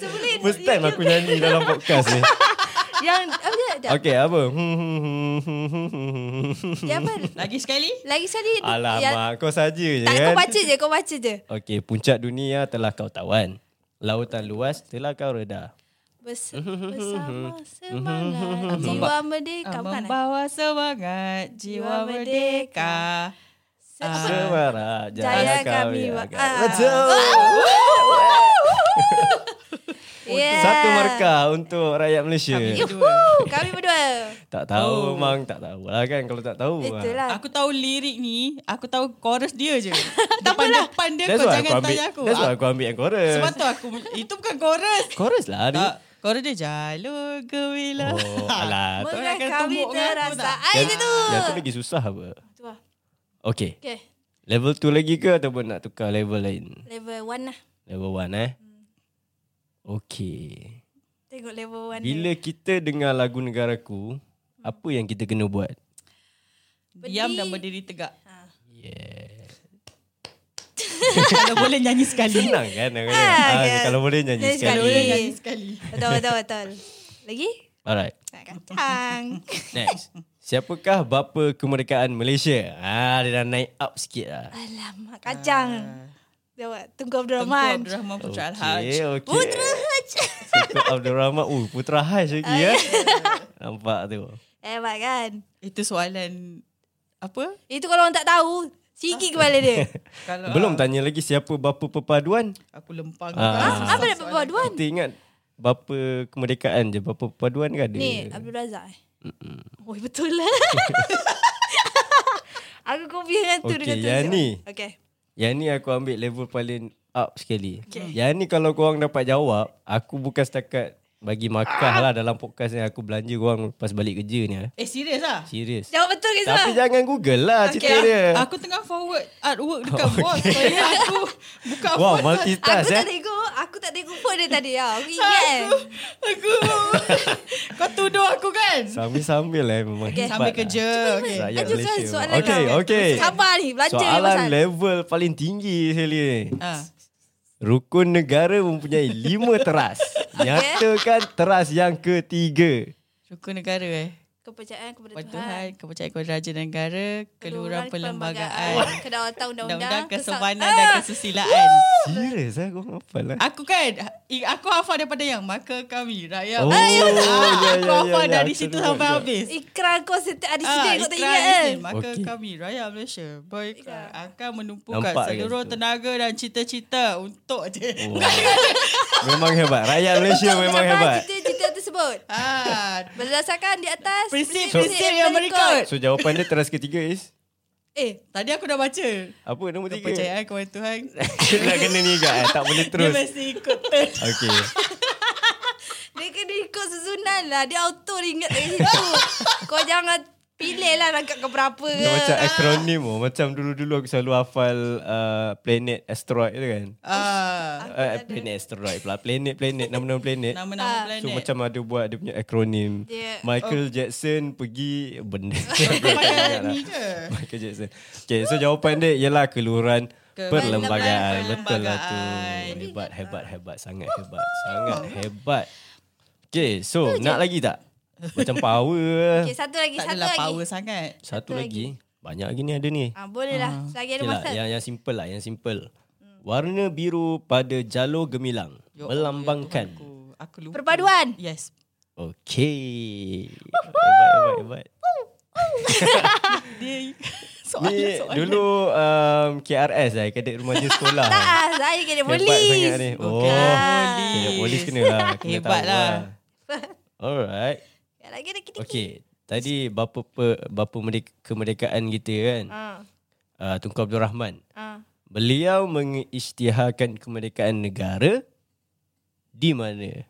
[SPEAKER 3] Sebelum
[SPEAKER 2] First time aku nyanyi dalam podcast ni.
[SPEAKER 3] yang apa dia? Jap.
[SPEAKER 2] Okay, apa?
[SPEAKER 3] Yang apa?
[SPEAKER 1] Lagi sekali?
[SPEAKER 3] Lagi sekali yang,
[SPEAKER 1] Ya.
[SPEAKER 2] Alamak, kau saja je
[SPEAKER 3] Tak kau
[SPEAKER 2] kan?
[SPEAKER 3] baca je Kau baca je
[SPEAKER 2] Okey, puncak dunia telah kau tawan. Lautan luas telah kau reda.
[SPEAKER 3] Bers- Bersama semangat Jiwa
[SPEAKER 1] Ah,
[SPEAKER 3] merdeka Bukan eh?
[SPEAKER 1] Membawa semangat jiwa
[SPEAKER 3] Jiwa merdeka.
[SPEAKER 1] merdeka.
[SPEAKER 3] Se- Eh, apa?
[SPEAKER 2] Semarak
[SPEAKER 3] Jaya
[SPEAKER 2] jaya
[SPEAKER 3] kami
[SPEAKER 2] kami.
[SPEAKER 3] wa-
[SPEAKER 2] warga.
[SPEAKER 3] Ah.
[SPEAKER 2] Let's go.
[SPEAKER 3] Yeah.
[SPEAKER 2] Satu markah untuk rakyat Malaysia.
[SPEAKER 3] Yuhuu Kami berdua
[SPEAKER 2] Tak tahu mang, tak tahu lah kan kalau tak tahu. ah.
[SPEAKER 3] Itulah
[SPEAKER 1] Aku tahu lirik ni, aku tahu chorus dia je. Depan-depan dia
[SPEAKER 2] That's
[SPEAKER 1] kau
[SPEAKER 2] why
[SPEAKER 1] jangan
[SPEAKER 2] aku ambil.
[SPEAKER 1] tanya aku.
[SPEAKER 2] That's why
[SPEAKER 1] Ah,
[SPEAKER 2] aku ambil yang chorus.
[SPEAKER 1] Sebab tu aku itu bukan chorus.
[SPEAKER 2] Chorus lah ni.
[SPEAKER 1] Tak, chorus dia jalur gemilang.
[SPEAKER 2] Oh, alah. tu-
[SPEAKER 3] Mengah
[SPEAKER 1] akan
[SPEAKER 3] kami
[SPEAKER 1] tumbuk dengan aku
[SPEAKER 3] terasa
[SPEAKER 1] tak?
[SPEAKER 3] Ah
[SPEAKER 2] Yang,
[SPEAKER 3] itu tu
[SPEAKER 2] yang tu lagi susah apa?
[SPEAKER 3] Tu lah
[SPEAKER 2] Okay.
[SPEAKER 3] Okay
[SPEAKER 2] Level 2 lagi ke ataupun nak tukar level lain?
[SPEAKER 3] Level 1 lah
[SPEAKER 2] Level 1 eh? Okay.
[SPEAKER 3] Tengok level 1
[SPEAKER 2] Bila kita dengar lagu negaraku, apa yang kita kena buat?
[SPEAKER 1] Diam dan berdiri tegak.
[SPEAKER 3] Ah.
[SPEAKER 2] Yeah.
[SPEAKER 1] Kalau boleh nyanyi sekali.
[SPEAKER 2] Senang kan? Ah,
[SPEAKER 3] kan?
[SPEAKER 2] Kalau boleh nyanyi
[SPEAKER 3] Nyanyi
[SPEAKER 2] sekali.
[SPEAKER 1] Kalau boleh nyanyi sekali.
[SPEAKER 3] Betul betul betul Lagi
[SPEAKER 2] Alright,
[SPEAKER 3] Nak kacang
[SPEAKER 2] next. Siapakah bapa kemerdekaan Malaysia? Ah, dia dah naik up sikit lah.
[SPEAKER 3] Alamak kacang Jawab Tunggu
[SPEAKER 1] Tunku
[SPEAKER 3] Abdul Rahman
[SPEAKER 1] Abdul Rahman Putra Al-Haj.
[SPEAKER 2] Okay, okay.
[SPEAKER 3] Putra Haj
[SPEAKER 2] Sultan Abdul Rahman. Uh, Putra Haj lagi ya. Nampak tu.
[SPEAKER 3] Hebat kan
[SPEAKER 1] Itu soalan apa?
[SPEAKER 3] Itu kalau orang tak tahu Sikit kepala dia
[SPEAKER 1] Kalau
[SPEAKER 2] Belum tanya lagi siapa bapa perpaduan.
[SPEAKER 1] aku lempang.
[SPEAKER 2] Ah.
[SPEAKER 3] Apa dapat buat duan
[SPEAKER 2] Kita ingat bapa kemerdekaan je. Bapa perpaduan ke ada?
[SPEAKER 3] Ni Abdul Razak eh Oh betul lah Aku kopi dengan tu
[SPEAKER 2] Okey,
[SPEAKER 3] dengan tu
[SPEAKER 2] yang ni.
[SPEAKER 3] Okay
[SPEAKER 2] Yang ni aku ambil level paling up sekali. Okay. Yang ni kalau korang dapat jawab, aku bukan setakat bagi markah lah dalam podcast ni. Aku belanja korang lepas balik kerja ni. eh.
[SPEAKER 1] Eh serius ah?
[SPEAKER 2] Serius.
[SPEAKER 3] Jawab betul ke
[SPEAKER 2] Tapi
[SPEAKER 3] Zah?
[SPEAKER 2] jangan Google lah okay. cerita dia. Oh,
[SPEAKER 1] Aku tengah forward artwork dekat bos. Supaya aku buka
[SPEAKER 2] Wow,
[SPEAKER 1] phone.
[SPEAKER 3] Aku
[SPEAKER 2] multitask
[SPEAKER 3] tak
[SPEAKER 2] eh.
[SPEAKER 3] tengok Aku tak tengok phone dia tadi tau. Aku ingat kan
[SPEAKER 1] Aku Kau tuduh aku kan
[SPEAKER 2] Sambil-sambil eh memang okay. hebat.
[SPEAKER 1] Sambil
[SPEAKER 2] lah.
[SPEAKER 1] kerja okay.
[SPEAKER 2] Rakyat
[SPEAKER 3] Ajukan
[SPEAKER 2] Malaysia.
[SPEAKER 3] soalan
[SPEAKER 2] okay,
[SPEAKER 3] kau.
[SPEAKER 2] okay.
[SPEAKER 3] Sabar ni Belanja ni
[SPEAKER 2] Soalan
[SPEAKER 3] pasal
[SPEAKER 2] level paling tinggi sekali ni.
[SPEAKER 1] ha.
[SPEAKER 2] Rukun negara mempunyai lima teras. Nyatakan teras yang ketiga.
[SPEAKER 1] Rukun negara eh
[SPEAKER 3] Kepercayaan kepada
[SPEAKER 1] Kepada
[SPEAKER 3] Tuhan
[SPEAKER 1] Tuhan Kepercayaan kepada Raja dan Negara Keluaran Perlembagaan
[SPEAKER 3] Kedaulatan Undang-Undang
[SPEAKER 1] Undang-undang Kesempanan
[SPEAKER 3] Kesam-
[SPEAKER 1] dan
[SPEAKER 3] Ah!
[SPEAKER 1] Kesusilaan
[SPEAKER 2] Serius lah korang hafal lah.
[SPEAKER 1] Aku kan i- Aku hafal daripada yang Maka kami rakyat
[SPEAKER 2] Oh,
[SPEAKER 1] Ah,
[SPEAKER 2] ya, ya,
[SPEAKER 1] Aku
[SPEAKER 2] ya,
[SPEAKER 1] hafal
[SPEAKER 2] ya,
[SPEAKER 1] dari
[SPEAKER 2] aku
[SPEAKER 1] situ
[SPEAKER 2] tengok
[SPEAKER 1] sampai
[SPEAKER 2] juga.
[SPEAKER 1] habis
[SPEAKER 3] Ikrar kau setiap hari
[SPEAKER 1] Ah,
[SPEAKER 3] sedih Kau tak
[SPEAKER 1] ikrar
[SPEAKER 3] ingat
[SPEAKER 1] izin.
[SPEAKER 3] kan
[SPEAKER 1] Maka
[SPEAKER 2] Okey.
[SPEAKER 1] kami rakyat Malaysia
[SPEAKER 3] Ya.
[SPEAKER 1] berikrar akan menumpukan
[SPEAKER 2] Nampak kan Oh. kat
[SPEAKER 1] seluruh
[SPEAKER 2] situ.
[SPEAKER 1] tenaga dan cita-cita untuk je.
[SPEAKER 2] Wah. memang hebat. Rakyat Malaysia
[SPEAKER 3] Untuk
[SPEAKER 2] memang
[SPEAKER 3] mencapai
[SPEAKER 2] hebat.
[SPEAKER 3] Cita-cita tersebut
[SPEAKER 1] Ah,
[SPEAKER 3] Berdasarkan di atas
[SPEAKER 1] Prinsip-prinsip yang berikut.
[SPEAKER 2] So jawapan dia teras ketiga is
[SPEAKER 3] Eh
[SPEAKER 1] Tadi aku dah baca.
[SPEAKER 2] apa nombor tiga?
[SPEAKER 1] Kepercayaan kepada Tuhan.
[SPEAKER 2] Nak kena ni juga eh? tak boleh
[SPEAKER 1] Dia
[SPEAKER 2] terus.
[SPEAKER 1] mesti ikut turn.
[SPEAKER 2] Okey.
[SPEAKER 3] Dia kena ikut susunan lah Dia auto dia ingat dari situ Kau jangan pilih lah rangkap kau berapa
[SPEAKER 2] Dia
[SPEAKER 3] ke
[SPEAKER 2] macam akronim oh. Macam dulu-dulu aku selalu hafal uh, planet asteroid tu kan.
[SPEAKER 1] Ah,
[SPEAKER 2] Uh, planet asteroid pula. Planet-planet nama-nama planet.
[SPEAKER 3] Ah.
[SPEAKER 1] nama-nama planet.
[SPEAKER 2] So
[SPEAKER 1] oh.
[SPEAKER 2] macam ada buat dia punya akronim.
[SPEAKER 3] Dia-
[SPEAKER 2] Michael Jackson pergi benda. lah.
[SPEAKER 1] Kau pakai ni je.
[SPEAKER 2] Michael Jackson. Okay, so jawapan dia ialah keluaran
[SPEAKER 1] Ke-
[SPEAKER 2] perlembagaan. Betul lah tu.
[SPEAKER 1] Perlembagaan.
[SPEAKER 2] Hebat, hebat, hebat. Sangat hebat. Sangat hebat. Okay, so nak lagi tak? Macam power.
[SPEAKER 3] Okay satu lagi
[SPEAKER 1] Tak
[SPEAKER 3] Satu
[SPEAKER 1] adalah
[SPEAKER 3] lagi
[SPEAKER 1] power sangat.
[SPEAKER 2] Satu lagi. Banyak lagi ni ada ni.
[SPEAKER 3] ah, Boleh lah Selagi ada
[SPEAKER 2] Okay lah,
[SPEAKER 3] masa
[SPEAKER 2] yang, yang simple lah, yang simple. Warna biru pada jalur gemilang. Melambangkan.
[SPEAKER 1] Aku, aku lupa.
[SPEAKER 3] Perpaduan
[SPEAKER 2] Ya.
[SPEAKER 1] Yes.
[SPEAKER 2] Okay. hebat, hebat, hebat.
[SPEAKER 1] Dia
[SPEAKER 2] Ni
[SPEAKER 1] soalan-soalan.
[SPEAKER 2] dulu um, KRS lah, kadet remaja sekolah.
[SPEAKER 3] Tak ah, Saya kena
[SPEAKER 2] Hebat sangat
[SPEAKER 3] polis
[SPEAKER 2] ni.
[SPEAKER 1] Oh,
[SPEAKER 2] Oh,
[SPEAKER 1] polis.
[SPEAKER 2] kena polis kena lah. Kena
[SPEAKER 1] Hebat
[SPEAKER 2] tahu
[SPEAKER 1] lah.
[SPEAKER 2] Alright.
[SPEAKER 3] Yang Lagi lagi lagi
[SPEAKER 2] Okay. Tadi bapa pe, bapa merdeka, kemerdekaan kita kan.
[SPEAKER 3] ah,
[SPEAKER 2] Uh, Tunku Abdul Rahman.
[SPEAKER 3] ah.
[SPEAKER 2] Beliau mengisytiharkan kemerdekaan negara di mana?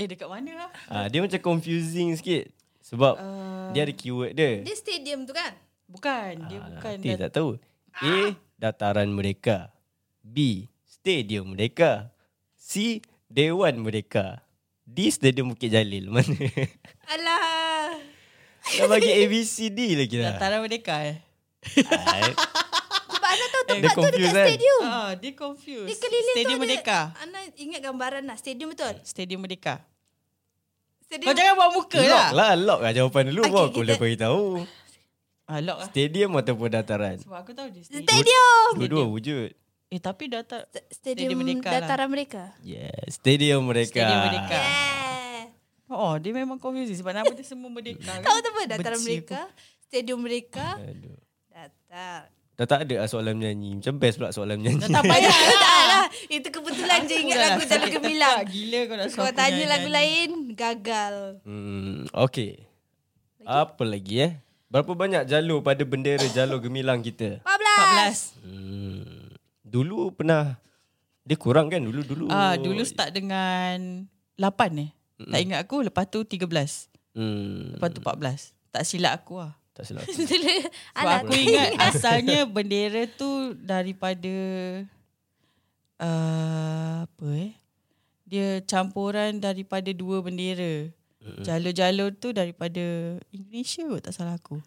[SPEAKER 1] Eh, dekat mana lah?
[SPEAKER 2] Uh, dia macam confusing sikit. Sebab dia ada keyword dia.
[SPEAKER 3] Dia stadium tu kan
[SPEAKER 2] Ah,
[SPEAKER 1] Bukan. Ah. Dia bukan.
[SPEAKER 2] Nanti tak tahu. A. Dataran mereka. B. Stadium Merdeka. C. Dewan Merdeka. D. Stadium Bukit Jalil. Mana?
[SPEAKER 3] Alah.
[SPEAKER 2] Dah bagi A, B, C, D lagi lah. Ah, eh,
[SPEAKER 1] Dataran Merdeka eh.
[SPEAKER 2] Ai,
[SPEAKER 3] Sebab Ana tahu
[SPEAKER 2] Dia
[SPEAKER 3] tempat tu dekat
[SPEAKER 2] confused, kan?
[SPEAKER 3] stadium.
[SPEAKER 1] Ah, dia confused.
[SPEAKER 3] Dia keliling
[SPEAKER 1] Stadium
[SPEAKER 3] tu ada-
[SPEAKER 1] Merdeka.
[SPEAKER 3] Ana ingat gambaran lah. Stadium betul?
[SPEAKER 1] Stadium Merdeka.
[SPEAKER 3] Stadium.
[SPEAKER 1] Kau jangan buat muka
[SPEAKER 2] Lock
[SPEAKER 1] lah.
[SPEAKER 2] lah, lock lah jawapan dulu.
[SPEAKER 3] Okay,
[SPEAKER 2] Okay, aku
[SPEAKER 3] kita-
[SPEAKER 2] dah beritahu.
[SPEAKER 1] Ah, lock lah.
[SPEAKER 2] Stadium ataupun dataran?
[SPEAKER 1] Sebab aku tahu dia Oh, stadium.
[SPEAKER 3] Stadium.
[SPEAKER 2] Dua-dua wujud.
[SPEAKER 1] Eh, tapi data...
[SPEAKER 3] Stadium,
[SPEAKER 1] Stadium Merdeka lah.
[SPEAKER 3] dataran mereka.
[SPEAKER 2] Yeah, Stadium Merdeka.
[SPEAKER 1] Stadium Merdeka.
[SPEAKER 3] Yeah.
[SPEAKER 1] Oh, dia memang confusing sebab nama dia semua Merdeka kan.
[SPEAKER 3] Tahu tak apa dataran
[SPEAKER 1] Benci
[SPEAKER 3] mereka. Stadium mereka.
[SPEAKER 2] Aduh.
[SPEAKER 3] Datar.
[SPEAKER 2] Dah tak ada lah soalan menyanyi. Macam best pula soalan menyanyi.
[SPEAKER 1] Dah tak payah
[SPEAKER 3] Tak
[SPEAKER 1] lah.
[SPEAKER 3] lah. Itu kebetulan je
[SPEAKER 1] Dah
[SPEAKER 3] ingat
[SPEAKER 1] lah,
[SPEAKER 3] lagu Jalan
[SPEAKER 1] sakit
[SPEAKER 3] Gemilang.
[SPEAKER 1] tekak. Gila kau nak suruh
[SPEAKER 3] Kau
[SPEAKER 1] aku
[SPEAKER 3] tanya
[SPEAKER 1] nyanyi.
[SPEAKER 3] lagu lain, gagal.
[SPEAKER 2] Hmm, okay. Apa lagi eh? Berapa banyak jalur pada bendera jalur gemilang kita?
[SPEAKER 3] 14.
[SPEAKER 1] 14.
[SPEAKER 2] Hmm, dulu pernah dia kurang kan dulu dulu.
[SPEAKER 1] Ah, dulu start dengan 8 eh. Mm-mm. Tak ingat aku. Lepas tu 13. Lepas
[SPEAKER 2] Hmm,
[SPEAKER 1] tu 14. Tak silap aku lah.
[SPEAKER 2] tak silap.
[SPEAKER 1] Sebab
[SPEAKER 3] Alah,
[SPEAKER 1] aku ingat asalnya bendera tu daripada uh, apa eh? Dia campuran daripada dua bendera. Jalur-jalur tu daripada Indonesia kot tak salah aku.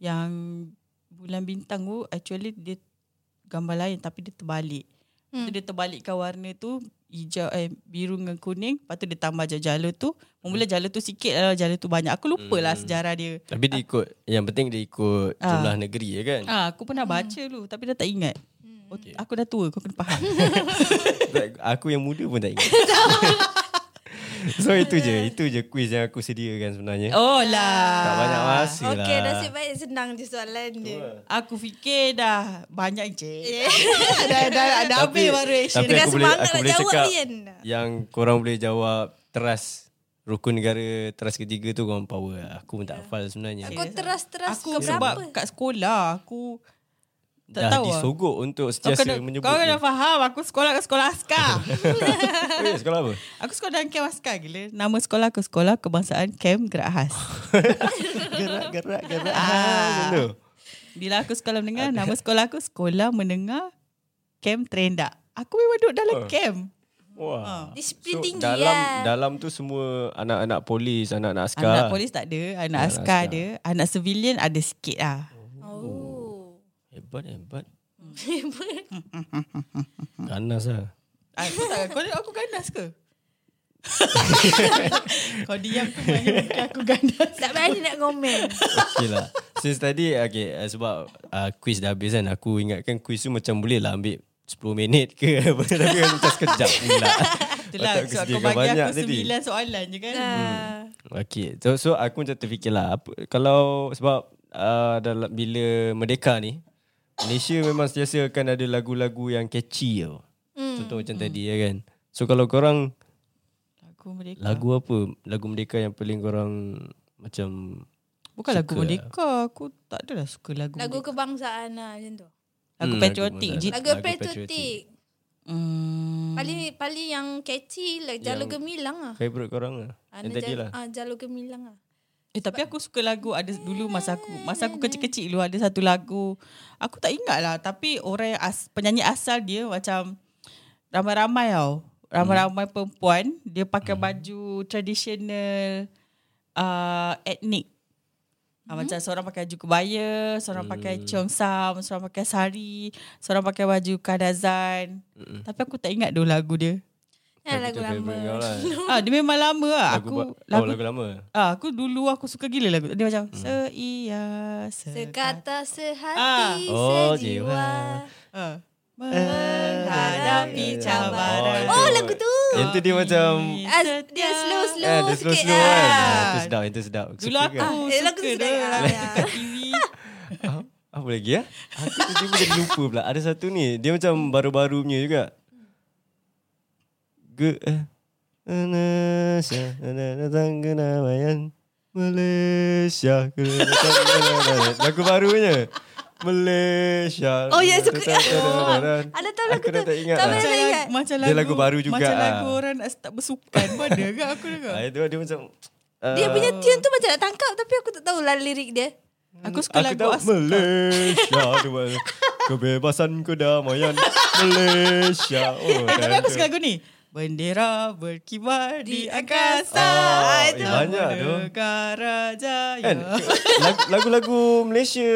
[SPEAKER 1] Yang bulan bintang tu actually dia gambar lain tapi dia terbalik. Hmm. Tu dia terbalikkan warna tu hijau eh biru dengan kuning, lepas tu dia tambah jalur tu. Mula jalur tu sikit lah, jalur tu banyak. Aku lupalah hmm. sejarah dia.
[SPEAKER 2] Tapi dia ikut, yang penting dia ikut jumlah negeri ya kan?
[SPEAKER 1] Ah, aku pernah baca dulu tapi dah tak ingat. Ot- Aku dah tua, kau kena faham.
[SPEAKER 2] Tak, aku yang muda pun tak ingat. so itu je, itu je quiz yang aku sediakan sebenarnya.
[SPEAKER 1] oh lah.
[SPEAKER 2] Tak banyak masa lah.
[SPEAKER 3] Ah, Okey, nasib baik senang je soalan dia.
[SPEAKER 1] Aku fikir dah banyak je. dah, dah, dah habis baru action.
[SPEAKER 2] tapi
[SPEAKER 3] Dengan
[SPEAKER 2] aku boleh,
[SPEAKER 3] semangat
[SPEAKER 2] aku
[SPEAKER 3] nak
[SPEAKER 2] boleh
[SPEAKER 3] jawab
[SPEAKER 2] cakap
[SPEAKER 3] ni kan?
[SPEAKER 2] yang korang boleh jawab teras rukun negara teras ketiga tu korang power lah. aku pun tak hafal sebenarnya
[SPEAKER 3] Kau teras-teras
[SPEAKER 1] Aku
[SPEAKER 3] ke
[SPEAKER 1] sebab
[SPEAKER 3] berapa?
[SPEAKER 1] kat sekolah aku tak
[SPEAKER 2] dah
[SPEAKER 1] tahu lah.
[SPEAKER 2] disogok untuk
[SPEAKER 1] Kau
[SPEAKER 2] sentiasa
[SPEAKER 1] kena,
[SPEAKER 2] menyebut
[SPEAKER 1] kau kena faham Aku sekolah kat sekolah askar
[SPEAKER 2] oh, ya, sekolah apa
[SPEAKER 1] Aku sekolah dalam camp askar gila Nama sekolah aku sekolah Kebangsaan Camp Gerak Khas
[SPEAKER 2] gerak gerak gerak
[SPEAKER 1] Ah.
[SPEAKER 2] ah. macam tu
[SPEAKER 1] Bila aku sekolah menengah Nama sekolah aku Sekolah Menengah Camp Terendak Aku memang duduk dalam
[SPEAKER 2] Oh.
[SPEAKER 1] camp
[SPEAKER 2] wah
[SPEAKER 1] Ah.
[SPEAKER 3] Disiplin tinggi
[SPEAKER 2] dalam
[SPEAKER 3] lah.
[SPEAKER 2] dalam tu semua anak-anak polis anak-anak askar
[SPEAKER 1] ya. Anak polis tak ada Anak askar ada Anak civilian ada sikit lah
[SPEAKER 3] Oh.
[SPEAKER 2] hebat hebat ganas lah
[SPEAKER 1] Aku tak Ah, Kau tengok aku ganas ke? Kau diam tu Maknanya mungkin aku ganas
[SPEAKER 3] Tak berani nak komen.
[SPEAKER 2] Okay lah Since tadi Okay uh, sebab uh, Quiz dah habis kan Aku ingatkan quiz tu Macam boleh lah ambil 10 minit ke apa Tapi kan macam sekejap pula
[SPEAKER 1] Itulah
[SPEAKER 2] Otak
[SPEAKER 1] lah, sebab kau
[SPEAKER 2] sediakan
[SPEAKER 1] bagi
[SPEAKER 2] banyak
[SPEAKER 1] aku sembilan soalan je kan
[SPEAKER 2] Hmm.
[SPEAKER 3] Ah.
[SPEAKER 2] Okay so, so aku macam terfikir lah apa, Kalau Sebab uh, dalam, Bila Merdeka ni Malaysia memang sentiasa akan ada lagu-lagu yang catchy tau.
[SPEAKER 1] Hmm,
[SPEAKER 2] Contoh macam tadi ya kan. So kalau korang
[SPEAKER 1] Lagu Merdeka
[SPEAKER 2] lagu apa? Lagu Merdeka yang paling korang macam
[SPEAKER 1] Bukan lagu Merdeka Aku tak adalah suka lagu
[SPEAKER 3] Lagu
[SPEAKER 1] Lagu,
[SPEAKER 3] kebangsaan lah macam tu.
[SPEAKER 1] lagu
[SPEAKER 2] Hmm,
[SPEAKER 1] patriotik
[SPEAKER 2] lagu
[SPEAKER 1] je
[SPEAKER 3] Lagu
[SPEAKER 2] Lagu patriotik.
[SPEAKER 3] patriotik.
[SPEAKER 1] hmm.
[SPEAKER 3] Paling paling yang catchy lah. Jalur gemilang lah.
[SPEAKER 2] favorite korang lah.
[SPEAKER 3] Ah,
[SPEAKER 2] yang
[SPEAKER 3] nak
[SPEAKER 2] tadi
[SPEAKER 3] jal-
[SPEAKER 2] lah.
[SPEAKER 3] Ah, jalur gemilang lah.
[SPEAKER 1] Eh tapi aku suka lagu Ada dulu masa aku Masa aku kecil-kecil dulu Ada satu lagu Aku tak ingat lah Tapi orang yang as, Penyanyi asal dia Macam Ramai-ramai tau
[SPEAKER 2] Hmm.
[SPEAKER 1] Ramai-ramai perempuan Dia pakai baju Traditional uh, Etnik Ha,
[SPEAKER 2] Hmm.
[SPEAKER 1] macam seorang pakai baju kebaya, seorang pakai cheong sam, seorang pakai sari, seorang pakai baju kadazan.
[SPEAKER 2] Hmm.
[SPEAKER 1] Tapi aku tak ingat dulu lagu dia.
[SPEAKER 3] Eh,
[SPEAKER 2] Itu
[SPEAKER 3] lagu lama.
[SPEAKER 2] favorite kau lah.
[SPEAKER 1] ah, dia memang lama lah.
[SPEAKER 2] Lagu,
[SPEAKER 1] Aku,
[SPEAKER 2] ba-
[SPEAKER 1] lagu,
[SPEAKER 2] oh, lagu lama.
[SPEAKER 1] Ah, aku dulu aku suka gila lagu. Dia macam hmm. seia sekat
[SPEAKER 3] Sekata
[SPEAKER 2] Ah.
[SPEAKER 3] sehati
[SPEAKER 2] Oh,
[SPEAKER 3] sejiwa.
[SPEAKER 1] ah. menghadapi cabaran.
[SPEAKER 2] Oh,
[SPEAKER 3] Oh,
[SPEAKER 2] itu-
[SPEAKER 3] lagu tu.
[SPEAKER 2] Yang tu dia macam
[SPEAKER 3] Ah, dia slow-slow
[SPEAKER 2] eh, dia
[SPEAKER 3] sikit
[SPEAKER 2] slow-slow
[SPEAKER 3] lah.
[SPEAKER 2] kan. Ah, Itu sedap, itu sedap.
[SPEAKER 1] Dulu
[SPEAKER 2] Suka kan?
[SPEAKER 1] aku
[SPEAKER 2] ke?
[SPEAKER 3] Eh, lagu
[SPEAKER 1] suka
[SPEAKER 3] tu
[SPEAKER 1] dia
[SPEAKER 3] sedap.
[SPEAKER 1] lagu
[SPEAKER 3] Ah.
[SPEAKER 1] kat TV.
[SPEAKER 2] Ah, Apa lagi ya? Aku tiba-tiba jadi lupa pula. Ada satu ni, dia macam baru-baru punya juga. Ge eh. Malaysia, datang kenamayan Malaysia. datang kenamayan. Lagu barunya. Malaysia.
[SPEAKER 3] Oh, ya, suka.
[SPEAKER 2] datang kenamayan.
[SPEAKER 3] Oh, ada tahu lagu
[SPEAKER 2] Aku dah
[SPEAKER 3] tu.
[SPEAKER 2] tak ingat
[SPEAKER 3] Tak
[SPEAKER 2] lah.
[SPEAKER 1] Macam
[SPEAKER 3] Saya
[SPEAKER 1] lagu,
[SPEAKER 3] ingat.
[SPEAKER 1] macam
[SPEAKER 2] Dia
[SPEAKER 1] lagu,
[SPEAKER 2] lagu baru juga,
[SPEAKER 1] Macam
[SPEAKER 2] ah.
[SPEAKER 1] lagu orang nak start bersukan pun ada ke aku dengar.
[SPEAKER 2] Ah, itu dia macam ah,
[SPEAKER 3] Dia punya tune tu macam nak tangkap tapi aku tak tahu lah lirik dia.
[SPEAKER 1] Eh, Aku suka
[SPEAKER 2] Aku
[SPEAKER 1] lagu
[SPEAKER 2] tahu
[SPEAKER 1] as-
[SPEAKER 2] Malaysia dua Kebebasan kedamaian Malaysia.
[SPEAKER 1] Eh,
[SPEAKER 2] Oh,
[SPEAKER 1] tapi aku suka lagu ni. Bendera berkibar di
[SPEAKER 3] Di
[SPEAKER 1] angkasa.
[SPEAKER 2] Oh, eh,
[SPEAKER 1] Ah, Itu
[SPEAKER 2] banyak tu.
[SPEAKER 1] Negara jaya.
[SPEAKER 2] Kan? Lag- Lagu-lagu Malaysia,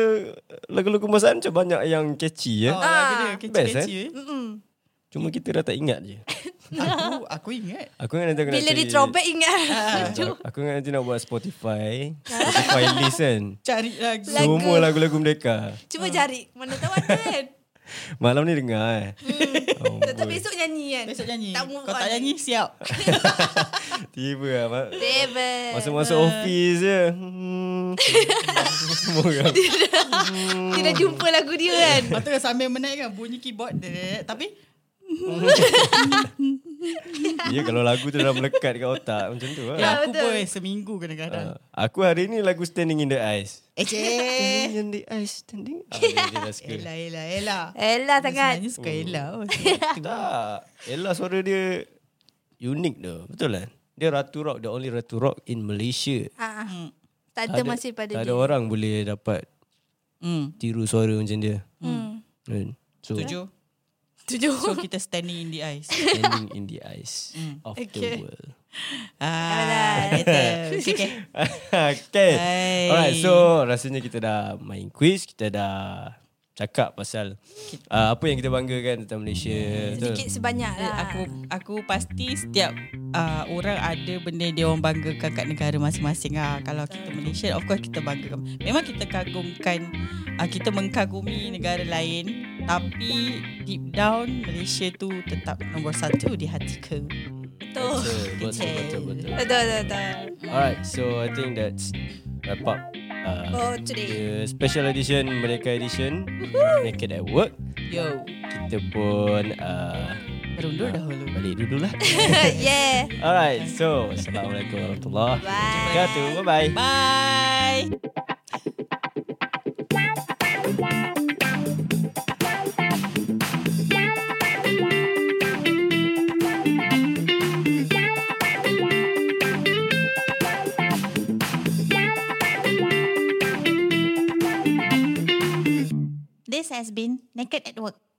[SPEAKER 2] lagu-lagu masaan macam banyak yang catchy ya.
[SPEAKER 1] Oh,
[SPEAKER 2] Eh?
[SPEAKER 1] lagu dia
[SPEAKER 2] Best, eh?
[SPEAKER 1] kecil-kecil. eh.
[SPEAKER 3] Mm-mm.
[SPEAKER 2] Cuma kita dah tak ingat je.
[SPEAKER 1] Aku, aku ingat.
[SPEAKER 2] Aku ingat nanti aku nak
[SPEAKER 3] Bila
[SPEAKER 2] cari-
[SPEAKER 3] di throwback ingat.
[SPEAKER 2] Ah, Aku ingat nanti nak buat Spotify. Spotify list kan.
[SPEAKER 1] Cari lagu.
[SPEAKER 3] Lagu.
[SPEAKER 2] Semua lagu-lagu mereka.
[SPEAKER 3] Cuba cari. Mana tahu ada kan.
[SPEAKER 2] Malam ni dengar eh.
[SPEAKER 1] Hmm.
[SPEAKER 2] Oh,
[SPEAKER 3] Tak
[SPEAKER 2] boy.
[SPEAKER 3] tahu besok nyanyi kan.
[SPEAKER 1] Besok nyanyi.
[SPEAKER 3] Tak move
[SPEAKER 1] Kau tak
[SPEAKER 3] on.
[SPEAKER 1] nyanyi, siap.
[SPEAKER 2] Tiba lah. Mak.
[SPEAKER 3] David.
[SPEAKER 2] Masuk-masuk office je.
[SPEAKER 3] eh.
[SPEAKER 2] Hmm. Semua orang.
[SPEAKER 3] Dia dah jumpa lagu dia kan.
[SPEAKER 1] Lepas tu kan sambil menaik kan bunyi keyboard. dia. Tapi
[SPEAKER 2] Ya kalau lagu tu dah melekat kat otak macam tu
[SPEAKER 1] eh,
[SPEAKER 2] lah.
[SPEAKER 3] Ya.
[SPEAKER 1] aku
[SPEAKER 3] betul.
[SPEAKER 1] pun seminggu kadang-kadang.
[SPEAKER 2] Ah, Aku hari ni lagu Standing in the Ice.
[SPEAKER 1] Eh, cik.
[SPEAKER 2] Standing in the Ice, standing. Ah, dia, dia dah suka.
[SPEAKER 1] Elah, elah, elah.
[SPEAKER 3] Elah sangat.
[SPEAKER 1] Sebenarnya suka Ella.
[SPEAKER 2] Tak. Ella suara dia unik tu. Betul kan? Dia ratu rock. The only ratu rock in Malaysia.
[SPEAKER 3] Ah, ah. tak ada masih pada
[SPEAKER 2] tak
[SPEAKER 3] dia.
[SPEAKER 2] ada orang boleh dapat
[SPEAKER 1] Hmm.
[SPEAKER 2] tiru suara macam dia.
[SPEAKER 3] Hmm.
[SPEAKER 2] Kan? So,
[SPEAKER 1] Tujuh.
[SPEAKER 3] Tujuh.
[SPEAKER 1] So kita standing in the ice.
[SPEAKER 2] standing in the ice of
[SPEAKER 3] Hmm. Okay.
[SPEAKER 2] the world.
[SPEAKER 1] Ah, betul. Okay, okay.
[SPEAKER 2] okay.
[SPEAKER 1] Hai.
[SPEAKER 2] Alright, so rasanya kita dah main quiz, kita dah cakap pasal uh, apa yang kita banggakan tentang Malaysia. Betul?
[SPEAKER 3] Sedikit sebanyak lah.
[SPEAKER 1] Eh, Aku aku pasti setiap uh, orang ada benda dia orang banggakan kat negara masing-masing lah. Kalau kita Malaysia, of course kita banggakan. Memang kita kagumkan, uh, kita mengkagumi negara lain. Tapi deep down, Malaysia tu tetap nombor satu di hatiku.
[SPEAKER 2] Betul, betul, betul,
[SPEAKER 3] Betul.
[SPEAKER 2] betul.
[SPEAKER 3] Betul, betul, betul.
[SPEAKER 2] Alright, so I think that's wrap up uh,
[SPEAKER 3] Oh, today.
[SPEAKER 2] the special edition, Merdeka edition, Naked at Work.
[SPEAKER 1] Yo,
[SPEAKER 2] Kita pun uh,
[SPEAKER 1] berundur dahulu.
[SPEAKER 2] balik dulu lah.
[SPEAKER 3] yeah.
[SPEAKER 2] Alright, so Assalamualaikum warahmatullahi wabarakatuh. Bye-bye.
[SPEAKER 1] Bye.
[SPEAKER 4] This has been Naked at Work.